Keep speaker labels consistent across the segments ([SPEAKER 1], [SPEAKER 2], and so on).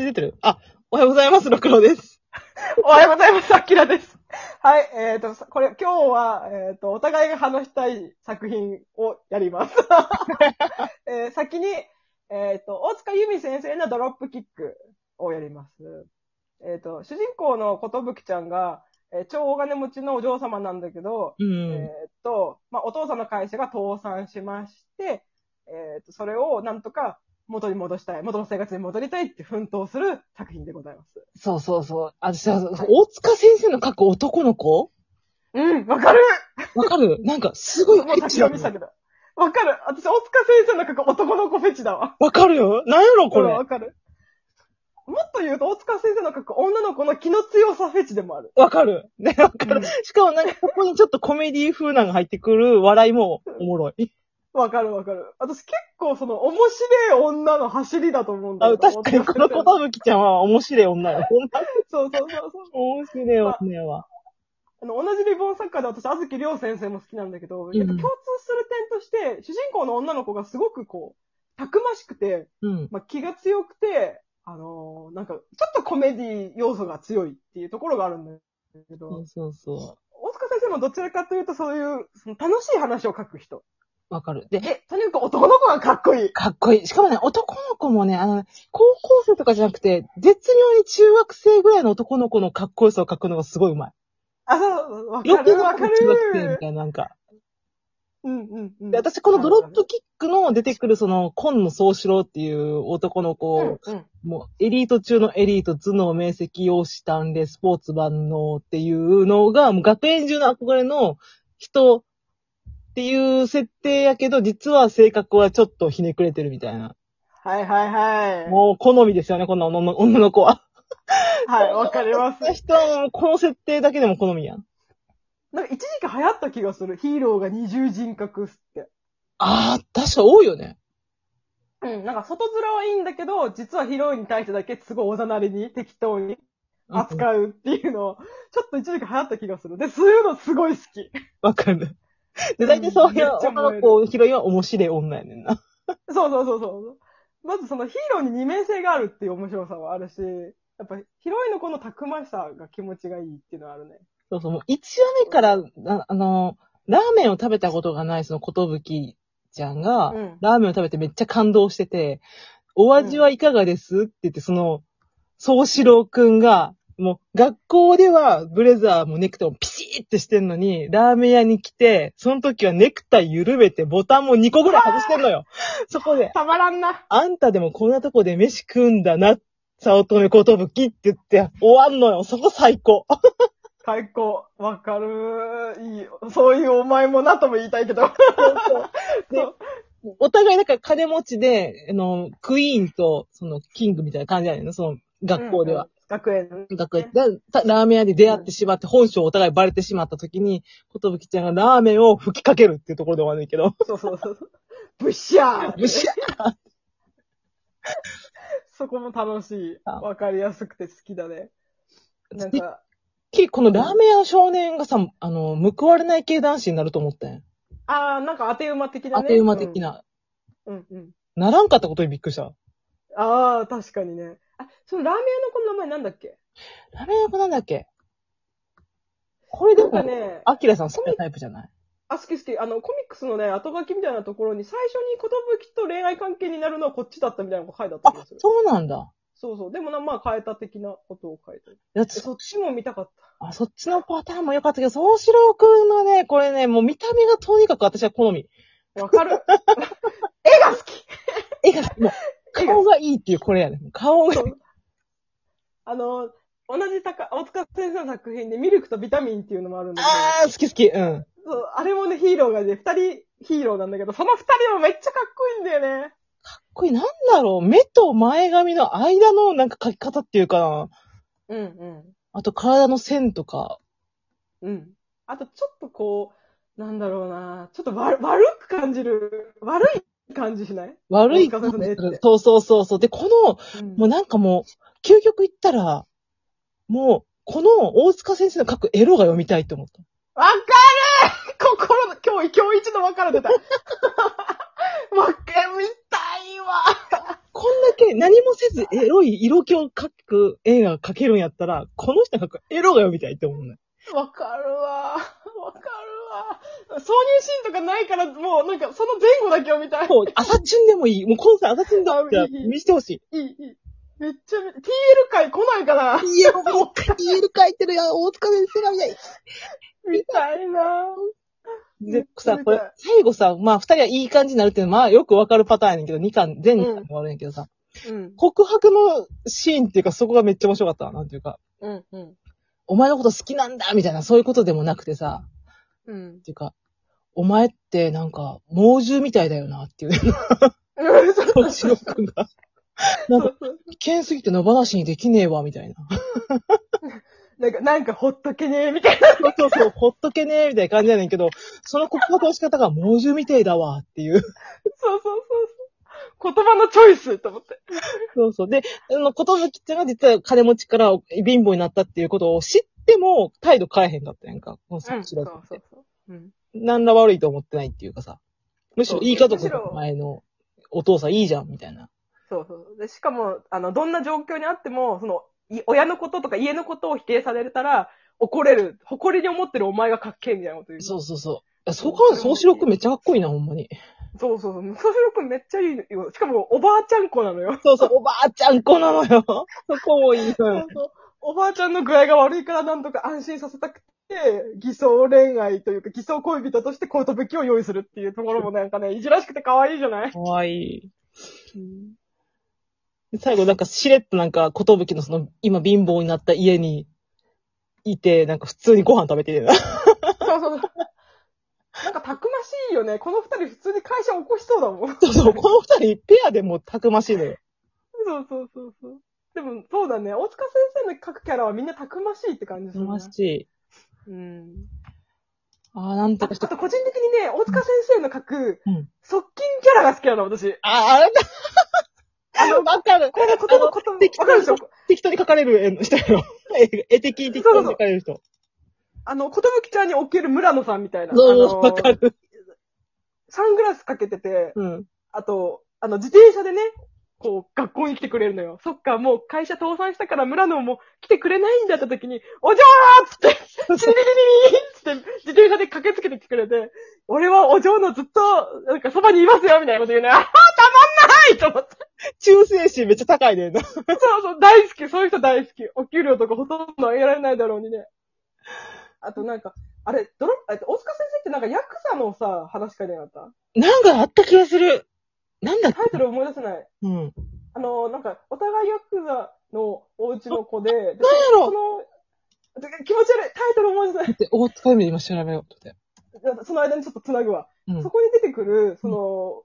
[SPEAKER 1] 出てるあ、おはようございます、六郎です。
[SPEAKER 2] おはようございます、アキラです。はい、えっ、と、これ、今日は、えっ、と、お互いが話したい作品をやり ます。えー先に、えっ、と、大塚由美先生のドロップキックをやります。えっ、と、主人公のことぶきちゃんが、えー超大金持ちのお嬢様なんだけど、
[SPEAKER 1] う
[SPEAKER 2] え
[SPEAKER 1] ん。
[SPEAKER 2] っ、と、まあ、お父さんの会社が倒産しまして、えっ、と、それをなんとか元に戻したい、元の生活に戻りたいって奮闘する作品でございます。
[SPEAKER 1] そうそうそう。あ、私は、大塚先生の書く男の子
[SPEAKER 2] うん、わかる
[SPEAKER 1] わか るなんか、すごい
[SPEAKER 2] もう
[SPEAKER 1] エッ
[SPEAKER 2] 先
[SPEAKER 1] チだも
[SPEAKER 2] 読み
[SPEAKER 1] ん
[SPEAKER 2] したけど。わかる。私、大塚先生の書く男の子フェチだわ。
[SPEAKER 1] わかるよなんやろ、こ
[SPEAKER 2] うん
[SPEAKER 1] れ。
[SPEAKER 2] わかる。もっと言うと、大塚先生の書く女の子の気の強さフェチでもある。
[SPEAKER 1] わかる。ね、わか
[SPEAKER 2] う
[SPEAKER 1] る
[SPEAKER 2] ん。
[SPEAKER 1] しかもなんか、ここにちょっとコメディ風なのが入ってくる笑いもおもろい。
[SPEAKER 2] わかるわかる。私結構その面白い女の走りだと思うんだ
[SPEAKER 1] あ
[SPEAKER 2] け
[SPEAKER 1] 確
[SPEAKER 2] ど。
[SPEAKER 1] かに、このこ。
[SPEAKER 2] 子
[SPEAKER 1] とぶきちゃんは面白い女よ。ほんま
[SPEAKER 2] そうそうそうそう。
[SPEAKER 1] 面白い女やわ。
[SPEAKER 2] あの、同じリボン作家で私、あずきりょう先生も好きなんだけど、やっぱ共通する点として、主人公の女の子がすごくこう、たくましくて、
[SPEAKER 1] うん。
[SPEAKER 2] まあ、気が強くて、あのーなんか、ちょっとコメディ要素が強いっていうところがあるんだけど、
[SPEAKER 1] そうそうそ
[SPEAKER 2] 大塚先生もどちらかというとそういう、その楽しい話を書く人。
[SPEAKER 1] う。わかる。で、
[SPEAKER 2] え、とにかく男の子がかっこいい。
[SPEAKER 1] かっこいい。しかもね、男の子もね、あの、高校生とかじゃなくて、絶妙に中学生ぐらいの男の子のかっこよさを描くのがすごいうまい。
[SPEAKER 2] あ、そう、わ
[SPEAKER 1] よ
[SPEAKER 2] か
[SPEAKER 1] く
[SPEAKER 2] る
[SPEAKER 1] の
[SPEAKER 2] わ
[SPEAKER 1] 中
[SPEAKER 2] か
[SPEAKER 1] 学生み
[SPEAKER 2] る。
[SPEAKER 1] たいな、なんか。
[SPEAKER 2] うんうんうん。
[SPEAKER 1] で、私このドロップキックの出てくるその、今野宗志郎っていう男の子、
[SPEAKER 2] うんうん
[SPEAKER 1] もうエリート中のエリート、頭脳明晰、容姿端麗、スポーツ万能っていうのが、もう学園中の憧れの人っていう設定やけど、実は性格はちょっとひねくれてるみたいな。
[SPEAKER 2] はいはいはい。
[SPEAKER 1] もう好みですよね、こんな女の女の子は。
[SPEAKER 2] はい、わかります。
[SPEAKER 1] 人はもうこの設定だけでも好みやん。
[SPEAKER 2] なんか一時期流行った気がする。ヒーローが二重人格っつって。
[SPEAKER 1] ああ、確か多いよね。
[SPEAKER 2] うん、なんか外面はいいんだけど、実はヒーローに対してだけすごいおざなりに適当に
[SPEAKER 1] うん
[SPEAKER 2] 扱うっていうのを、ちょっと一時期流行った気がする。で、そういうのすごい好き。
[SPEAKER 1] わかる。で、大体そういう女の子、ヒロインは面白い女やねんな。
[SPEAKER 2] そうそうそうそう。まずそのヒーローに二面性があるっていう面白さはあるし、やっぱヒロインの子のたくましさが気持ちがいいっていうのはあるね。
[SPEAKER 1] そうそう、もう一話目から、ああの、ラーメンを食べたことがないそのことぶきちゃんが、
[SPEAKER 2] うん
[SPEAKER 1] ラーメンを食べてめっちゃ感動してて、お味はいかがです、って言って、その、宗志郎くんが、もう学校ではブレザーもネクタイもピシーってしてんのに、ラーメン屋に来て、その時はネクタイ緩めてボタンも2個ぐらい外してんのよ。そこで、
[SPEAKER 2] たまらんな。
[SPEAKER 1] あんたでもこんなとこで飯食うんだな、早乙女ことぶきって言って、終わんのよ。そこ最高。
[SPEAKER 2] 最高。わかる。いいよ。そういうお前もなとも言いたいけど。
[SPEAKER 1] でお互いなんか金持ちで、あの、クイーンと、その、キングみたいな感じやねんな、その、 学校では。
[SPEAKER 2] うん。学園のね。
[SPEAKER 1] 学園でたラーメン屋で出会ってしまって、本性をお互いバレてしまった時に、ことぶきちゃんがラーメンを吹きかけるっていうところで終わるんだ けど。
[SPEAKER 2] そうそうそうそう。ブッシャ ー
[SPEAKER 1] むしゃ
[SPEAKER 2] そこも楽しい。
[SPEAKER 1] あ
[SPEAKER 2] わかりやすくて好きだね。なんか、
[SPEAKER 1] き、このラーメン屋の少年がさ、あの、報われない系男子になると思ったんや。
[SPEAKER 2] あー、なんか当て馬的だ
[SPEAKER 1] 当
[SPEAKER 2] ね。
[SPEAKER 1] て馬的。な。
[SPEAKER 2] うん、うん、うん。
[SPEAKER 1] ならんかったことにびっくりした。
[SPEAKER 2] ああ、確かにね。あ、そのラーメン屋の子の名前なんだっけ
[SPEAKER 1] ラーメン屋子なんだっけこれで
[SPEAKER 2] なんか
[SPEAKER 1] も、
[SPEAKER 2] ね、
[SPEAKER 1] アキラさん好きなタイプじゃない
[SPEAKER 2] あ、好き好き。あの、コミックスのね、後書きみたいなところに、最初に寿と恋愛関係になるのはこっちだったみたいなのが書いてあった
[SPEAKER 1] あ
[SPEAKER 2] 気がす、る。
[SPEAKER 1] そうなんだ。
[SPEAKER 2] そうそう。でもな、まあ変えた的なことを書いてる。
[SPEAKER 1] いや
[SPEAKER 2] えそっちも見たかっ
[SPEAKER 1] あ、そっちのパターンも良かったけど、宗志郎くんのね、これね、もう見た目がとにかく私は好み。
[SPEAKER 2] た。わかる。 絵が好き
[SPEAKER 1] 絵が、もう、
[SPEAKER 2] 絵が
[SPEAKER 1] 顔がいいっていうこれやね。顔が
[SPEAKER 2] そ、うあの、同じ高、大塚先生の作品でミルクとビタミンっていうのもあるんだけど。
[SPEAKER 1] あー、好き好き、うん。
[SPEAKER 2] そう、あれもね、ヒーローがね、二人ヒーローなんだけど、その二人もめっちゃかっこいいんだよね。
[SPEAKER 1] これなんだろう、目と前髪の間のなんか描き方っていうかな。
[SPEAKER 2] うん
[SPEAKER 1] あと体の線とか。
[SPEAKER 2] うん。うん。あと、ちょっとこう、なんだろうなちょっとわ悪く感じる、悪い感じしない
[SPEAKER 1] 悪い
[SPEAKER 2] 大塚さんの絵って
[SPEAKER 1] そうそうそうそう。で、この、
[SPEAKER 2] うん
[SPEAKER 1] もうなんかもう、究極言ったら、もう、この大塚先生の描くエロが読みたいと思った。
[SPEAKER 2] わかる心の、今日、今日一のわかる出た。わか、見たいわ。
[SPEAKER 1] ここんだけ何もせずエロい色気を描く映画描けるんやったら、この人が描くエロが読みたいって思うね。
[SPEAKER 2] わかるわ。わかるわ。挿入シーンとかないから、もうなんかその前後だけを見たい。
[SPEAKER 1] もう、朝チュンでもいい。もう今作朝チュンだったら見してほしい。
[SPEAKER 2] いい、いい。めっちゃめ、TL 回来ないかな
[SPEAKER 1] いや、もう、言える書いてるやん、大塚先生が見たい。
[SPEAKER 2] みたいな
[SPEAKER 1] で、さ、これ、最後さ、まあ、二人はいい感じになるっていうのは、まあ、よくわかるパターンやねんけど、二巻、全巻もあるんやけどさ、
[SPEAKER 2] うん。
[SPEAKER 1] 告白のシーンっていうか、そこがめっちゃ面白かったわなんていうか、
[SPEAKER 2] うん。うん。
[SPEAKER 1] お前のこと好きなんだみたいな、そういうことでもなくてさ、
[SPEAKER 2] うん
[SPEAKER 1] っ。ていうか、お前ってなんか、猛獣みたいだよな、っていう。
[SPEAKER 2] うん そう
[SPEAKER 1] そう、シロ君が。なん
[SPEAKER 2] そ
[SPEAKER 1] か、
[SPEAKER 2] うそう
[SPEAKER 1] 危険すぎて野放しにできねえわ、みたいな。
[SPEAKER 2] なんか、なんかほっとけねえ、みたいな。
[SPEAKER 1] そうそう、ほっとけねえ、みたいな感じやねんけど、その告白の仕方が猛獣みてえだわ、っていう。
[SPEAKER 2] そうそうそうそう。言葉のチョイスと思って。
[SPEAKER 1] そうそう。で、あの、ことぶきっていうのは実は金持ちから貧乏になったっていうことを知っても、態度変えへんかったやんか。この
[SPEAKER 2] うん。
[SPEAKER 1] シロ君
[SPEAKER 2] そう
[SPEAKER 1] って
[SPEAKER 2] そうそう。うん。
[SPEAKER 1] 何ら悪いと思ってないっていうかさ。むしろいい家族
[SPEAKER 2] むしろ
[SPEAKER 1] の前のお父さんいいじゃん、みたいな。
[SPEAKER 2] そうそう。で、しかも、あの、どんな状況にあっても、その、い親のこととか家のことを否定されたら、怒れる。誇りに思ってるお前がかっけえみたいなこと言う。。
[SPEAKER 1] そううそうそう。いやそう考えたら、そうしろくんめっちゃかっこいいな、ほんまに。
[SPEAKER 2] そうそうそう。そうよくめっちゃいいよ。しかも、おばあちゃん子なのよ。
[SPEAKER 1] そうそう、おばあちゃん子なのよ。そこもいいの
[SPEAKER 2] そう
[SPEAKER 1] よ。
[SPEAKER 2] そう。おばあちゃんの具合が悪いからなんとか安心させたくて、偽装恋愛というか、偽装恋人としてコート武器を用意するっていうところもなんかね、いじらしくて可愛いじゃない
[SPEAKER 1] かわいい。最後なんかしれっとなんか、ことぶきのその、今貧乏になった家に、いて、なんか普通にご飯食べてるな。
[SPEAKER 2] そうそうそう。なんかたくましいよね。この二人普通に会社起こしそうだもん。
[SPEAKER 1] そうそう、この二人ペアでもたくましいのよ。
[SPEAKER 2] そうそうそうそう。でも、そうだね。大塚先生の各キャラはみんなたくましいって感じ
[SPEAKER 1] た
[SPEAKER 2] す
[SPEAKER 1] く
[SPEAKER 2] る、ね
[SPEAKER 1] ま。しい。
[SPEAKER 2] うん。
[SPEAKER 1] ああ、なん
[SPEAKER 2] あ
[SPEAKER 1] とか
[SPEAKER 2] あ
[SPEAKER 1] して。
[SPEAKER 2] と、個人的にね、大塚先生の各
[SPEAKER 1] うん、
[SPEAKER 2] 側近キャラが好きなの、私。
[SPEAKER 1] あ、あれだ。あの、 わかる。
[SPEAKER 2] これ、こ
[SPEAKER 1] あ
[SPEAKER 2] と
[SPEAKER 1] の
[SPEAKER 2] こと、わ
[SPEAKER 1] 適当
[SPEAKER 2] かるでしょ
[SPEAKER 1] 適当に書かれる絵の人やろ。 絵絵的に適当に書かれる人。
[SPEAKER 2] あの、ことぶきちゃんにおける村野さんみたいな。
[SPEAKER 1] そう、
[SPEAKER 2] あの
[SPEAKER 1] わかる。
[SPEAKER 2] サングラスかけてて、
[SPEAKER 1] うん。
[SPEAKER 2] あと、あの、自転車でね、こう、学校に来てくれるのよ。そっか、もう会社倒産したから村野も来てくれないんだって時に、おじゃーっつって、チリリリリリーっつって、自転車で駆けつけてきてくれて、俺はお嬢のずっと、なんかそばにいますよ、みたいなこと言うね。あはたまんないと思って。
[SPEAKER 1] 忠誠心めっちゃ高いねんな。
[SPEAKER 2] そうそう、大好き、そういう人大好き。お給料とかほとんど上げられないだろうにね。あとなんか、あれ、ドロ、えっと、大塚先生ってなんかヤクザのさ、話しか出なかっ
[SPEAKER 1] なんかあった気がする。なんだったけ
[SPEAKER 2] タイトル思い出せない。
[SPEAKER 1] うん。なんや
[SPEAKER 2] あの、なんか、お互いヤクザのお家の子で、でそ
[SPEAKER 1] ろ
[SPEAKER 2] の、て気持ち悪い、タイトル思い出せない。
[SPEAKER 1] で、大塚夢今調べようと思って。
[SPEAKER 2] なんかその間にちょっと繋ぐわ。
[SPEAKER 1] うん
[SPEAKER 2] そ。こに出てくる、その、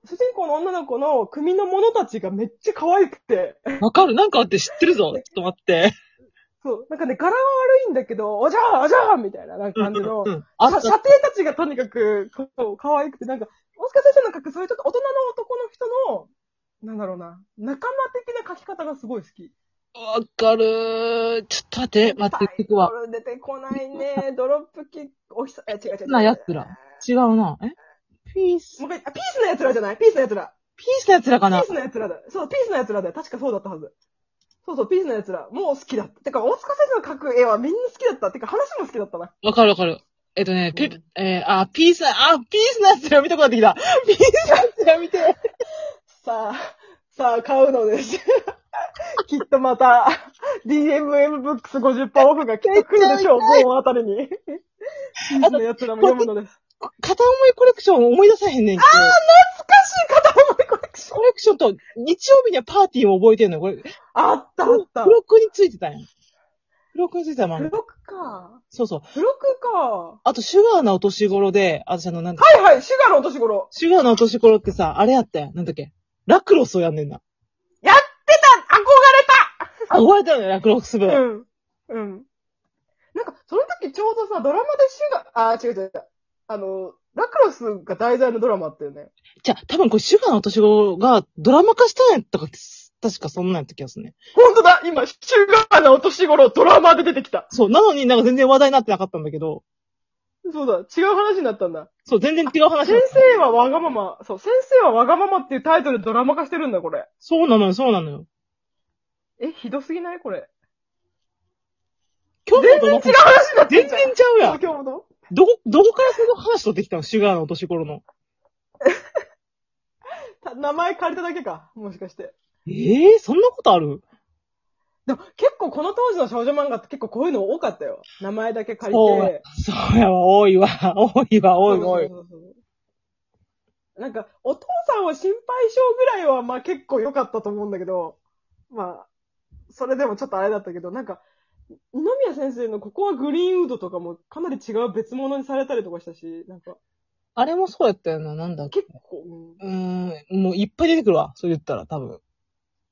[SPEAKER 2] 主人公の女の子の組の者たちがめっちゃ可愛くて、
[SPEAKER 1] わかるなんかあって知ってるぞちょっと待って。
[SPEAKER 2] そう、なんかね、柄は悪いんだけど、おじゃーおじゃーみたいななんか感じの、
[SPEAKER 1] うん。あ
[SPEAKER 2] さ
[SPEAKER 1] った
[SPEAKER 2] 射程たちがとにかく、こう、可愛くて、なんか、大塚先生の描く、そういうちょっと大人の男の人の、なんだろうな、仲間的な描き方がすごい好き。
[SPEAKER 1] わかるー。ちょっと待って、待って、出てくわ。
[SPEAKER 2] タイトル出てこないね。ドロップキック、おひさ、え、違う違う違う。
[SPEAKER 1] な奴ら違うな。えピース。
[SPEAKER 2] もう一回、あ、ピースの奴らじゃないピースの奴ら。
[SPEAKER 1] ピースのやつらか
[SPEAKER 2] ピ
[SPEAKER 1] な
[SPEAKER 2] ースの奴らだ。そう、ピースの奴らだよ。確かそうだったはず。そうそう、ピースの奴ら。もう好きだった。てか、大塚先生の描く絵はみんな好きだった。てか、話も好きだったな。
[SPEAKER 1] わかるわかる。えっとね、
[SPEAKER 2] う
[SPEAKER 1] ピ
[SPEAKER 2] ん、
[SPEAKER 1] えー、あ、ピース、あ、ピースのやつら見たくなってきた。 ピースのやつら見て。
[SPEAKER 2] さあ、さあ、買うのです。 きっとまた、DMM ブックス50%オフがきっと来るでしょう、もうあたりに。ピースの奴らも読むのです。
[SPEAKER 1] 片思いコレクション思い出さへんねんけど。
[SPEAKER 2] 懐かしい片思いコレクション。
[SPEAKER 1] コレクションと、日曜日にはパーティーを覚えてるのよこれ、
[SPEAKER 2] あったあった
[SPEAKER 1] 付。録についてたんや。付録についてたも
[SPEAKER 2] 付
[SPEAKER 1] ん。
[SPEAKER 2] 録か。
[SPEAKER 1] そうそう。
[SPEAKER 2] 付録か。
[SPEAKER 1] あと、シュガーなお年頃で、あ私あの、なんだ
[SPEAKER 2] はいはい、シュガーのお年頃。
[SPEAKER 1] シュガーのお年頃ってさ、あれやったやん。なんだっけラクロスをやんねんな。
[SPEAKER 2] 出た
[SPEAKER 1] あ、覚えてるね、ラクロス部。
[SPEAKER 2] 憧れたうん。うん。なんか、その時ちょうどさ、ドラマでシュガー、あー、違う違う違う。あの、ラクロスが題材のドラマあったよね。
[SPEAKER 1] じゃあ、多分これ、シュガーのお年頃がドラマ化したんやったか、確かそんなんやった気がするね。
[SPEAKER 2] ほんとだ今、シュガーのお年頃、ドラマで出てきた。
[SPEAKER 1] そう。なのになんか全然話題になってなかったんだけど、
[SPEAKER 2] そうだ、違う話になったんだ。
[SPEAKER 1] そう、全然違う話
[SPEAKER 2] 先。生はわがまま、そう、先生はわがままっていうタイトルでドラマ化してるんだ、これ。
[SPEAKER 1] そうなのよ、そうなのよ。
[SPEAKER 2] え、ひどすぎないこれ。
[SPEAKER 1] 今日
[SPEAKER 2] 全然違う話になって
[SPEAKER 1] 全
[SPEAKER 2] んじゃん。
[SPEAKER 1] 然ちゃうやん。
[SPEAKER 2] 今日も
[SPEAKER 1] どこ、どこからその話取ってきたのシュガーのお年頃の。
[SPEAKER 2] た名前借りただけか。もしかして。
[SPEAKER 1] ええそんなことある
[SPEAKER 2] でも結構この当時の少女漫画って結構こういうの多かったよ。名前だけ借り
[SPEAKER 1] そう
[SPEAKER 2] て。
[SPEAKER 1] そうやわ、多いわ、多いわ、多い多い。
[SPEAKER 2] そうそうそうそう。なんか、お父さんは心配性ぐらいはまあ結構良かったと思うんだけど、まあ、それでもちょっとあれだったけど、なんか、二宮先生のここはグリーンウッドとかもかなり違う別物にされたりとかしたし、なんか、
[SPEAKER 1] あれもそうやったよな、なんだっけ。
[SPEAKER 2] 結構、うん
[SPEAKER 1] うーん、もういっぱい出てくるわ、それ言ったら、多分。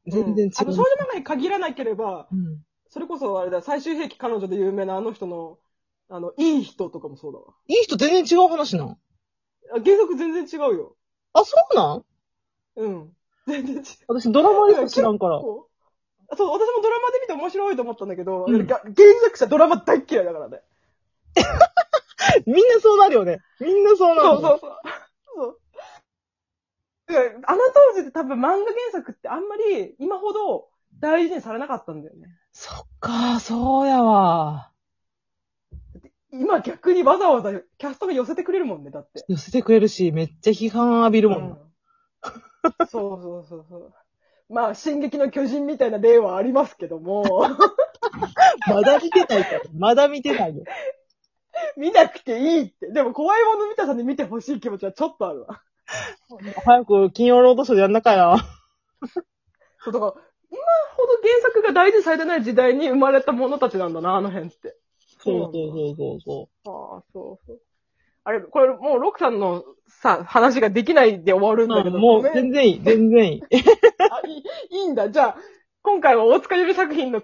[SPEAKER 1] 全然違
[SPEAKER 2] うんあの
[SPEAKER 1] う
[SPEAKER 2] 少。女漫画に限らなければ、
[SPEAKER 1] うん
[SPEAKER 2] それこそあれだ、最終兵器彼女で有名なあの人の、あの、いい人とかもそうだわ。
[SPEAKER 1] いい人全然違う話なん。
[SPEAKER 2] あ原作全然違うよ。
[SPEAKER 1] あ、そうなん
[SPEAKER 2] うん。 全然違う。
[SPEAKER 1] 私ドラマでしか知らんから。
[SPEAKER 2] こうそう、私もドラマで見て面白いと思ったんだけど、
[SPEAKER 1] うん
[SPEAKER 2] が原作者ドラマ大っ嫌いだからね。
[SPEAKER 1] みんなそうなるよね。みんなそうなる。
[SPEAKER 2] そうそうそう。そうだからあの当時って多分漫画原作ってあんまり今ほど大事にされなかったんだよね。
[SPEAKER 1] そっか、そうやわ。
[SPEAKER 2] 今逆にわざわざキャストが寄せてくれるもんね、だって。
[SPEAKER 1] 寄せてくれるし、めっちゃ批判浴びるもんな。
[SPEAKER 2] うんそうそうそうそう。まあ、進撃の巨人みたいな例はありますけども、
[SPEAKER 1] まだ見てないから。まだ見てないよ。
[SPEAKER 2] 見なくていいって。でも、怖いもの見たさに見てほしい気持ちはちょっとあるわ。
[SPEAKER 1] 早く金曜ロードショーでやんなかよ。
[SPEAKER 2] そう、だから、今ほど原作が大事にされてない時代に生まれたものたちなんだな、あの辺って。
[SPEAKER 1] そうそうそうそうそ
[SPEAKER 2] ああ、そうそう。あれ、これもう、ロクさんのさ、話ができないで終わるんだけ
[SPEAKER 1] う。
[SPEAKER 2] ど、
[SPEAKER 1] もう
[SPEAKER 2] ごめん
[SPEAKER 1] 全然いい、全然いい。
[SPEAKER 2] あいいいいんだ。じゃあ、今回は大塚ゆる作品の